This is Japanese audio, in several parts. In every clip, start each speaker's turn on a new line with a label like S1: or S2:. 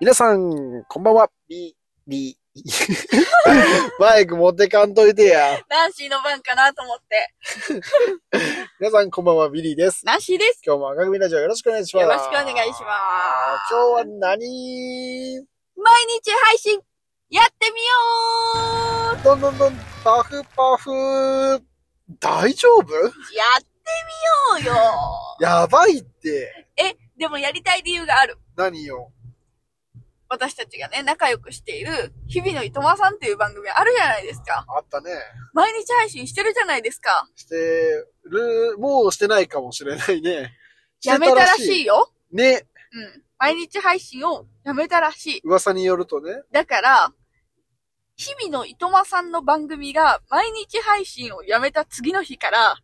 S1: 皆さん、こんばんは。ビビ マイク持ってかんといてや。
S2: ナンシーの番かなと思って。
S1: 皆さん、こんばんは。ビリーです。
S2: ナンシーです。
S1: 今日も赤組ラジオよろしくお願いします。
S2: よろしくお願いします
S1: 今日は何
S2: 毎日配信、やってみよう
S1: どんどんどん、パフパフ。大丈夫
S2: やってみようよ
S1: やばいって。
S2: え、でもやりたい理由がある。
S1: 何よ。
S2: 私たちがね、仲良くしている、日々のいとまさんっていう番組あるじゃないですか。
S1: あったね。
S2: 毎日配信してるじゃないですか。
S1: してる、もうしてないかもしれないね。
S2: やめたらし
S1: い。
S2: いよ。
S1: ね。
S2: うん。毎日配信をやめたらしい。
S1: 噂によるとね。
S2: だから、日々のいとまさんの番組が毎日配信をやめた次の日から、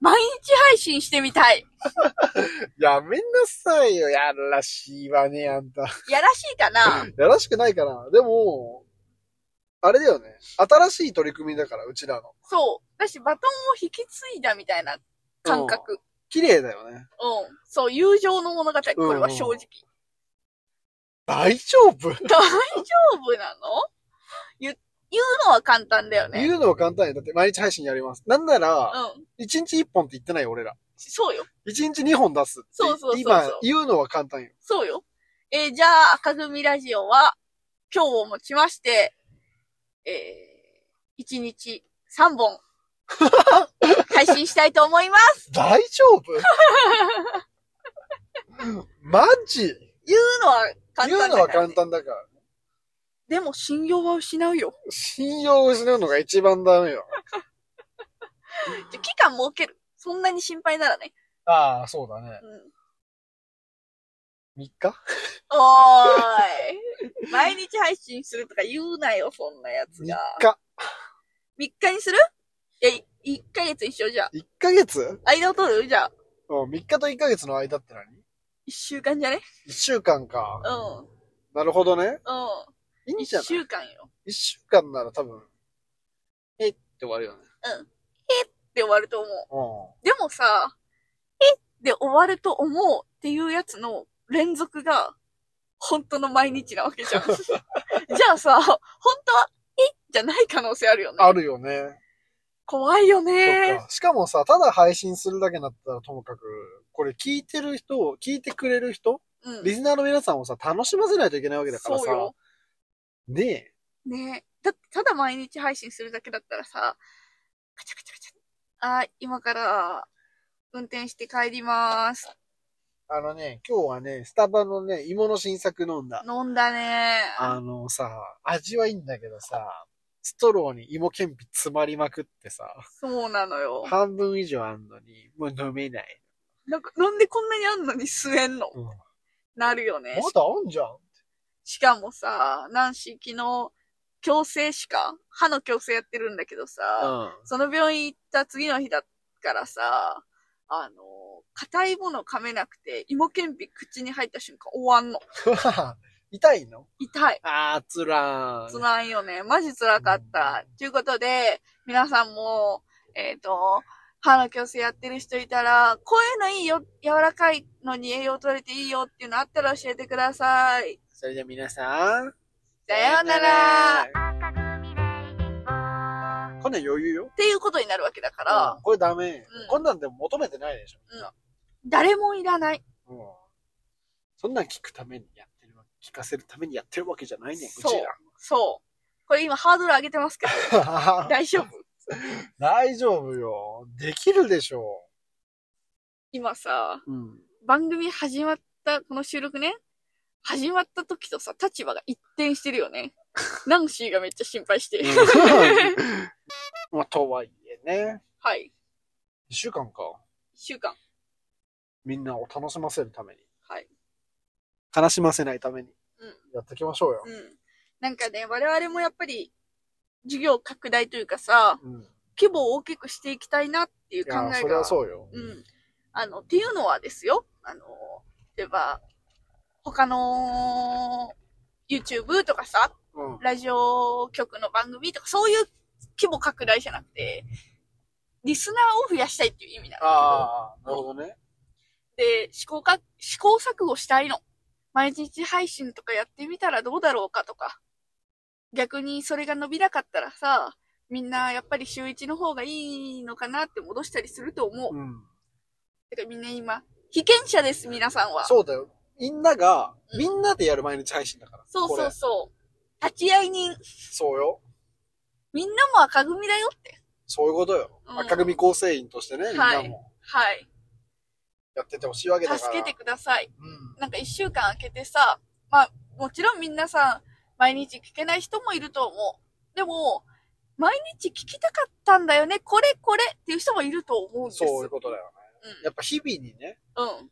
S2: 毎日配信してみたい。
S1: やめなさいよ。やらしいわね、あんた。
S2: やらしいか な
S1: やらしくないかな。でも、あれだよね。新しい取り組みだから、うちらの。
S2: そう。だし、バトンを引き継いだみたいな感覚。うん。
S1: 綺麗だよね。
S2: そう、友情の物語、これは正直。
S1: 大丈夫、
S2: 大丈夫なの言、言うのは簡単だよね。
S1: 言うのは簡単に。だって毎日配信やります。なんなら、
S2: うん。
S1: 1日1本って言ってないよ、俺ら。
S2: そうよ。
S1: 1日2本出すって。
S2: そうそうそうそう
S1: 今、言うのは簡単よ。
S2: そうよ。えーじゃあ、赤組ラジオは、今日をもちまして、えー、1日3本、 配信したいと思います。
S1: 大丈夫 マジ
S2: 言うのは簡単
S1: 言う
S2: だから、ね。
S1: のは簡。単だから。
S2: でも、信用は失うよ。
S1: 信用を失うのが一番ダメよ。
S2: じゃあ期間設ける。そんなに心配ならね。
S1: ああ、そうだね。
S2: うん。
S1: 3日
S2: おーい。毎日配信するとか言うなよ、そんなやつ
S1: ?3
S2: が。
S1: 日。
S2: 3日にするいや、い1ヶ月一緒じゃあ。
S1: 1ヶ月
S2: 間を取るじゃあ。
S1: うん、3日と1ヶ月の間って何
S2: 1週間じゃね
S1: ?1 週間か。
S2: うん。う
S1: なるほどね。いい
S2: ん。
S1: んじ
S2: 1
S1: ゃない
S2: 週間よ。
S1: 一週間なら多分、えって終わるよね。
S2: で終わると思う。
S1: う
S2: でもさ、えで終わると思うっていうやつの連続が、本当の毎日なわけじゃん。 じゃあさ、本当は、えじゃない可能性あるよね
S1: ん。。あるよね。
S2: 怖いよ
S1: そ
S2: ね
S1: っかしかもさ、ただ配信するだけだったらともかく、これ聞いてる人、聞いてくれる人、
S2: うん。
S1: リスナーの皆さんをさ、楽しませないといけないわけだから
S2: そう
S1: さ
S2: よ。。
S1: ねえ。
S2: ねえ。だって、ただ毎日配信するだけだったらさ、カチャカチャカチャ。あー、今から、運転して帰ります。
S1: あのね、今日はね、スタバのね、芋の新作飲んだ。
S2: 飲んだね
S1: あのさ、味はいいんだけどさ、ストローに芋けんぴ詰まりまくってさ、
S2: そうなのよ。
S1: 半分以上あんのに、もう飲めない。
S2: なんか、なんでこんなにあんのに吸えんの
S1: うんま
S2: なるよね。
S1: だあんじゃん
S2: しかもさ、ナンシー昨日、矯正歯科歯の矯正やってるんだけどさ、
S1: うん。
S2: その病院行った次の日だからさ、あの、硬いもの噛めなくて、芋けんぴ口に入った瞬間終わんの。
S1: 痛いの
S2: 痛い。
S1: あー、つらー
S2: つらいよね。マジ辛かった。ということで、皆さんも、えっ、と、歯の矯正やってる人いたら、こういうのいいよ、柔らかいのに栄養取れていいよっていうのあったら教えてください。
S1: それでは皆さん、
S2: さようなら。っ
S1: こんなん余裕よ。
S2: ていうことになるわけだから、
S1: これダメ、
S2: うん
S1: こんなんでも求めてないでしょ、みんな
S2: 誰もいらない。
S1: うんそんなん聞くためにやってるわ聞かせるためにやってるわけじゃないねん、うち
S2: そうそう。これ今ハードル上げてますけど、
S1: ら。
S2: 大丈夫。
S1: 大丈夫よ。できるでしょ
S2: 今さ、
S1: う。うん。
S2: 番組始まった、この収録ね、始まった時とさ、立場が一転してるよね。ナンシーがめっちゃ心配して る。
S1: まあ、とはいえね。
S2: はい。
S1: 一週間か。
S2: 一週間。
S1: みんなを楽しませるために。
S2: はい。
S1: 悲しませないために。
S2: うん
S1: やっていきましょうよ
S2: う。ん。なんかね、我々もやっぱり、事業拡大というかさ、
S1: うん。
S2: 規模を大きくしていきたいなっていう
S1: い
S2: 考え
S1: や、
S2: が。
S1: それはそうよ。
S2: うん。あの、っていうのはですよ。あの、例えば、他の、YouTube とかさ、
S1: うん。
S2: ラジオ局の番組とか、そういう規模拡大じゃなくて、リスナーを増やしたいっていう意味なの。
S1: ああ、なるほどね。
S2: で、試行か、試行錯誤したいの。毎日配信とかやってみたらどうだろうかとか。逆にそれが伸びなかったらさ、みんなやっぱり週一の方がいいのかなって戻したりすると思う。
S1: うん。
S2: てかみんな今、被験者です、皆さんは。
S1: そうだよ。みんなが
S2: う、ん
S1: みんなでやる毎日配信だから。
S2: そう
S1: こ
S2: そ
S1: れ
S2: うそう。立ち会い人。
S1: そうよ。
S2: みんなも赤組だよって。
S1: そういうことよ。
S2: うん
S1: 赤組構成員としてね、みん
S2: はい
S1: なも
S2: はい。
S1: やってってほしいわけだから。
S2: 助けてください。
S1: うん。
S2: なんか一週間空けてさ、まあ、もちろんみんなさ、毎日聞けない人もいると思う。でも、毎日聞きたかったんだよね、これこれっていう人もいると思うんです。
S1: そういうことだよね。やっぱ日々にね、
S2: うん。うん。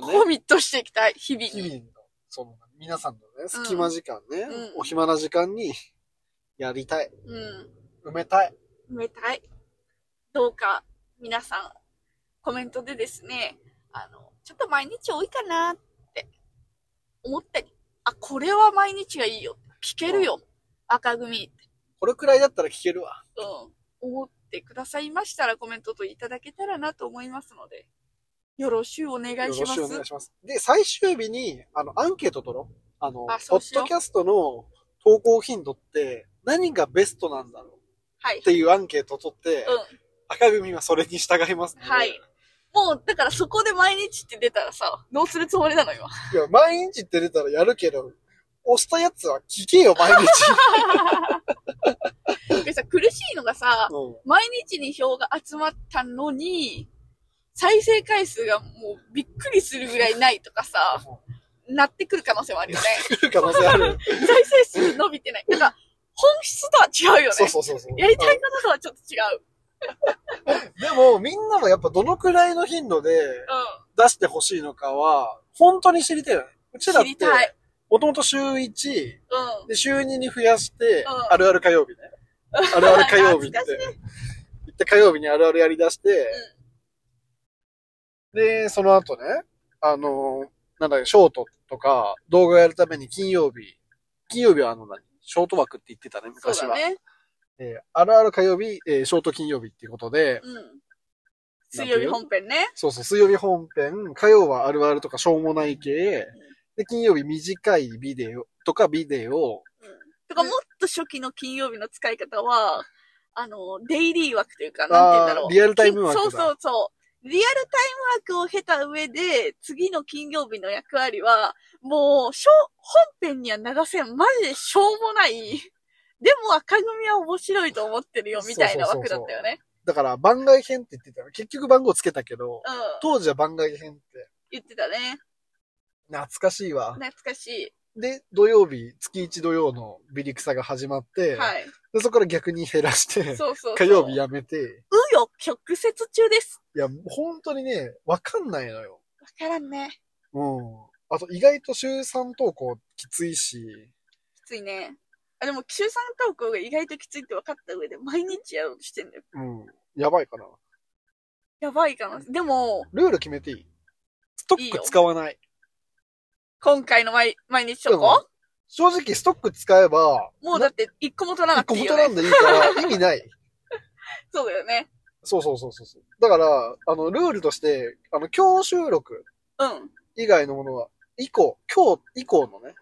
S1: のね
S2: コミットしていきたい、日々
S1: 日
S2: に。
S1: 々の、その、皆さんのね、隙間時間ね、
S2: うん
S1: お暇な時間に、やりたい、
S2: うん。
S1: 埋めたい。
S2: 埋めたい。どうか、皆さん、コメントでですね、あの、ちょっと毎日多いかなって思ったり、あ、これは毎日がいいよ。聞けるよ。赤組って。
S1: これくらいだったら聞けるわ。
S2: うん、思ってくださいましたらコメントといただけたらなと思いますので、よろしゅうお願いしま
S1: よろし
S2: す。
S1: くお願いします。で、最終日に、あの、アンケート取ろう。あの、
S2: あ
S1: ポ
S2: そうし
S1: ッ
S2: よう
S1: ドキャストの投稿頻度って何がベストなんだろう
S2: はい
S1: っ。ていうアンケート取って、
S2: うん。
S1: 赤組はそれに従いますので
S2: はいもう、だからそこで毎日って出たらさ、どうするつもりなの今。
S1: いや、毎日って出たらやるけど、押したやつは聞けよ、 毎日。
S2: でさ、苦しいのがさ、
S1: うん
S2: 毎日に票が集まったのに、再生回数がもうびっくりするぐらいないとかさ、なってくる可能性もあ るよね。
S1: 来る可能性ある。
S2: 再生数伸びてない。なんか、本質とは違うよね。
S1: そうそうそうそう。
S2: やりたいこととはちょっと違う。
S1: うんでも、みんなもやっぱどのくらいの頻度で
S2: う
S1: 出してほしいのかは、本当に知りたいよね。うちだっ
S2: ん。知り
S1: て、
S2: たい。
S1: もともと週1、
S2: うん。
S1: で、週2に増やして、
S2: うん
S1: あるある火曜日ね。あるある火曜日って
S2: 懐かしい。
S1: 行って火曜日にあるあるやり出して、で、その後ね、あのーなんだっけ、ショートとか動画やるために金曜日、金曜日はあの何、ショート枠って言ってたね、
S2: そう
S1: 昔
S2: だ
S1: は。
S2: ね。
S1: えーあるある火曜日、えーショート金曜日っていうことで、
S2: うん。水曜日本編ね。
S1: そうそう、水曜日本編、火曜はあるあるとかしょうもない系、で、金曜日短いビデオとかビデオ、
S2: とか、もっと初期の金曜日の使い方は、あの、デイリー枠というか、なんて言うんだろ
S1: あ
S2: う。
S1: ーリアルタイム枠だ
S2: そうそうそう。リアルタイム枠を経た上で、次の金曜日の役割は、もう、しょ、本編には流せん。マジでしょうもない。 でも赤組は面白いと思ってるよ、みたいな枠だったよね。
S1: だから番外編って言ってたよ。結局番号つけたけど、
S2: うん。
S1: 当時は番外編って
S2: 言ってたね。
S1: 懐かしいわ。
S2: 懐かし
S1: で、土曜日、月一土曜のビリクサが始まっ
S2: い。
S1: て、
S2: はい。
S1: でそこから逆に減らして、
S2: そうそうそう。
S1: 火曜日やめて、
S2: うよ、曲折中です。
S1: いや、本当にね、わかんないのよ。
S2: わからんね。
S1: うん。あと意外と週3投稿きついし、
S2: きついね。あ、でも、週3投稿が意外ときついって分かった上で、毎日やろうとしてんだよ。
S1: うん。やばいかな。
S2: やばいかな。でも、
S1: ルール決めていいストック使わない。
S2: 今回の毎毎日投
S1: うん
S2: 稿、
S1: 正直ストック使えば、
S2: もうだって、一個も取らな
S1: 一
S2: く
S1: 個
S2: ていいよ
S1: も取ら
S2: ね。
S1: んでいいから、意味ない。
S2: そうだよね。
S1: そうそうそうそうそう。だから、あの、ルールとして、あの、今日収録
S2: うん。うん。
S1: 以外のものは、以降、今日以降のね、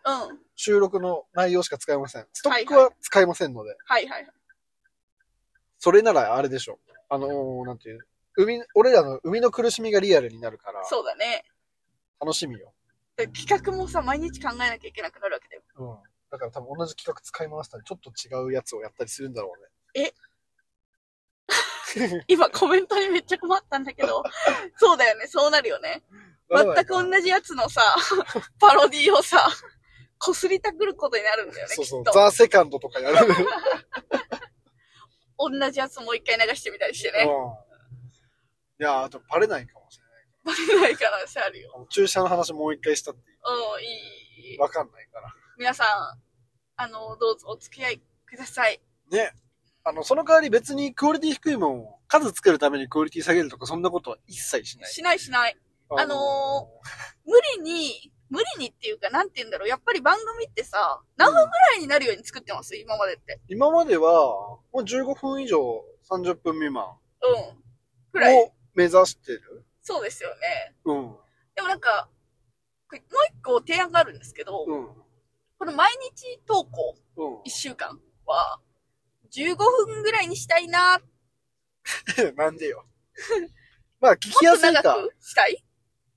S1: 収録の内容しか使えません。ストック
S2: はい
S1: は使えませんので、
S2: はいはい。
S1: それならあれでしょ。あのーなんていう、海、俺らの海の苦しみがリアルになるから、
S2: そうだね。
S1: 楽しみよ。
S2: で企画もさ、毎日考えなきゃいけなくなるわけだよ。
S1: うん。だから多分同じ企画使い回したり、ちょっと違うやつをやったりするんだろうね。え
S2: 今、コメントにめっちゃ困ったんだけ ど、そうだよね。そうなるよね。全く同じやつのさ、 パロディをさ、こすりたくることになるんだよね、
S1: そうそう
S2: きっ、と。
S1: ザ・セカンドとかやる。
S2: 同じやつもう一回流してみたりして
S1: うん
S2: ね。
S1: いやー、あとバレないかもしれない。
S2: バレ ない可能性あるよ。
S1: あの注射の話もう一回したって
S2: うん、いい。
S1: わかんないから。
S2: 皆さん、あの、どうぞお付き合いください。
S1: ね。あの、その代わり別にクオリティ低いもんを数つけるためにクオリティ下げるとかそんなことは一切しない。
S2: しないしない。あのー無理に、無理にっていうか、なんて言うんだろう。やっぱり番組ってさ、何分くらいになるように作ってます今までって。
S1: 今までは、もう15分以上30分未満を
S2: うん。くらい。
S1: 目指してる。
S2: そうですよね。
S1: うん。
S2: でもなんか、でもう一個提案があるんですけど、
S1: うん。
S2: この毎日投稿、
S1: うん
S2: 一週間は、15分ぐらいにしたいな、も
S1: なんでよ。まあ、聞きや
S2: っと
S1: すい
S2: 長
S1: か。
S2: くしたい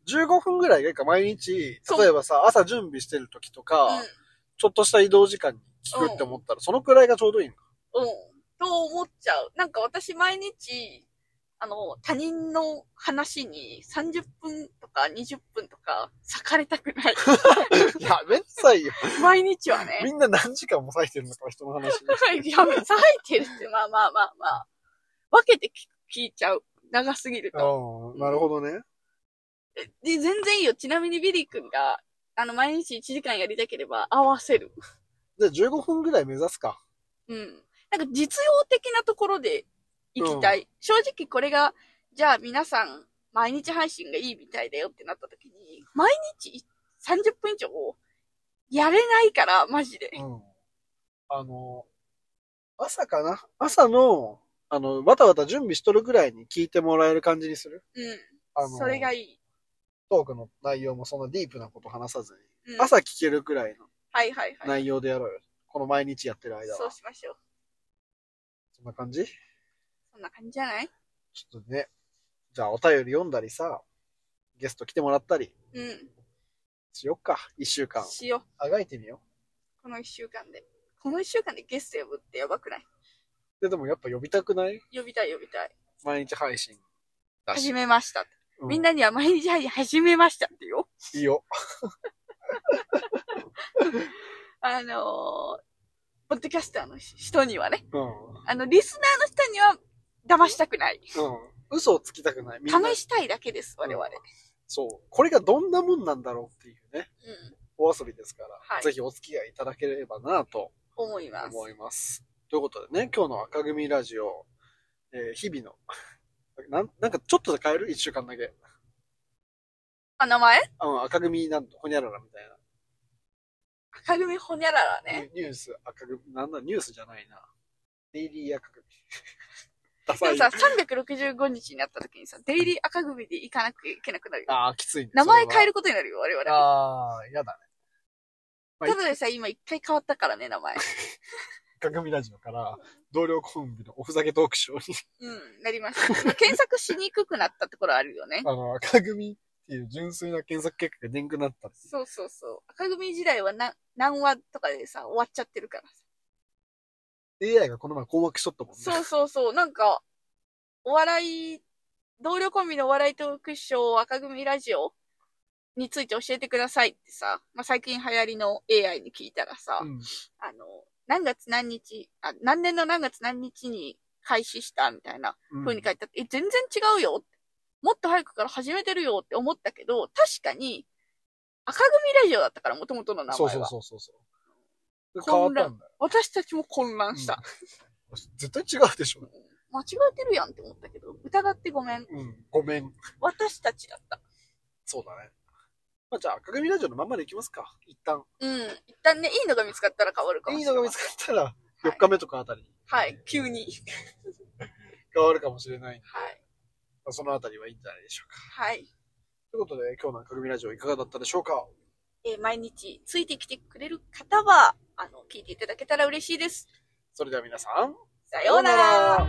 S1: 15分ぐらいがいいか、毎日、
S2: そう
S1: 例えばさ、朝準備してる時とか、
S2: うん
S1: ちょっとした移動時間に聞くって思ったら、そのくらいがちょうどい いのか。
S2: うん。と思っちゃう。なんか私毎日、あの、他人の話に30分とか20分とか割かれたく ない。
S1: やめなさいよ。
S2: 毎日はね。
S1: みんな何時間も割いてるのか、人の話に。
S2: いや、割いてるって、まあまあまあまあ。分けて聞聞いちゃう。長すぎると。
S1: ああ、なるほどね。
S2: で、全然いいよ。ちなみにビリー君が、あの、毎日1時間やりたければ合わせる。
S1: じゃあ15分ぐらい目指すか。
S2: うん。なんか実用的なところで行きたい。正直これが、じゃあ皆さん、毎日配信がいいみたいだよってなった時に、毎日30分以上やれないから、マジで。
S1: うん。あの、朝かな朝の、あの、わたわた準備しとるぐらいに聞いてもらえる感じにする。
S2: う
S1: あの、
S2: ん。それがいい。
S1: トークの内容もそんなディープなこと話さずに、
S2: うん、
S1: 朝聞けるくらいの
S2: はいはいはい。
S1: 内容でやろうよ。この毎日やってる間は。
S2: そうしましょう。
S1: そんな感じち
S2: そんな感じじゃない
S1: ょっとね。じゃあお便り読んだりさ、ゲスト来てもらったり
S2: うん。
S1: しよっか。一週間。
S2: しよ
S1: あがいてみよ。
S2: う。この一週間で。この一週間でゲスト呼ぶってやばくないう
S1: で、でもやっぱ呼びたくない
S2: 呼びたい呼びたい。
S1: 毎日配信だし。
S2: 始めました。
S1: う
S2: みんなには毎日配信始めましたってよ。
S1: いいよ。
S2: あのーポッドキャスターの人にはね、
S1: うん。うん。
S2: あの、リスナーの人には騙したくない。
S1: 嘘をつきたくない。みんな
S2: 試したいだけです、我々。
S1: うんそう。これがどんなもんなんだろうっていうね、
S2: うん、
S1: お遊びですから、
S2: はい
S1: ぜひお付き合いいただければなと
S2: 思います。
S1: 思います。ということでね、今日の赤組ラジオ、えー日々の、 なん、なんかちょっとで変える一週間だけ。
S2: あ、名前
S1: あの、赤組なんと、ほにゃららみたい
S2: 赤組ほにゃらら
S1: な。
S2: ね。
S1: ニュニュース、赤組、なんだ、ニュースじゃないな。デイリ ー赤組。ダ
S2: で
S1: サ
S2: も
S1: い
S2: さ、。365日になった時にさ、デイリー赤組で行かなくいけなくなるよ。
S1: ああ、きついね。
S2: 名前変え
S1: る。
S2: ることになるよ、我々。
S1: ああ、やだね。まあ
S2: ただでさ、今一回変わったからね、名前。
S1: 赤組ラジオから、同僚コンビのおふざけトークショーに、
S2: うん、なりました。まあ 検索しにくくなったところあるよね。
S1: あの、赤組っていう純粋な検索結果が出んくなったっていう
S2: そうそうそう。赤組時代はな何話とかでさ、終わっちゃってるから。
S1: AI がこの前困惑しとったもんね。
S2: そうそうそう。なんか、お笑い、同僚コンビのお笑いトークショー赤組ラジオについて教えてくださいってさ、まあ、最近流行りの AI に聞いたらさ、
S1: うん。
S2: あの、何月何日あ、何年の何月何日に開始したみたいな
S1: うん
S2: 風に書いてあって、え、全然違うよって。もっと早くから始めてるよって思ったけど、確かに、赤組ラジオだったから、元々の名前は。
S1: そうそうそうそうそう。変わっ
S2: 混乱
S1: たんだよ。
S2: 私たちも混乱した。
S1: うん絶対違うでしょ。
S2: 間違えてるやんって思ったけど、疑ってごめん。
S1: うん。ごめん。
S2: 私たちだった。
S1: そうだね。まあ、じゃあ、赤組ラジオのまんまでいきますか。一旦。
S2: うん。一旦ね、いいのが見つかったら変わるかも
S1: いい
S2: しれな
S1: のが
S2: い。
S1: 見つかったら、
S2: はい
S1: 4日目とかあたりに
S2: はい、急に。
S1: 変わるかもしれないんで、
S2: はい。
S1: まあ、そのあたりはいいんじゃないでしょうか。
S2: はい。
S1: ということで、今日の赤組ラジオいかがだったでしょうか
S2: えー毎日ついてきてくれる方は、あの、聞いていただけたら嬉しいです。
S1: それでは皆さん、
S2: さようなら。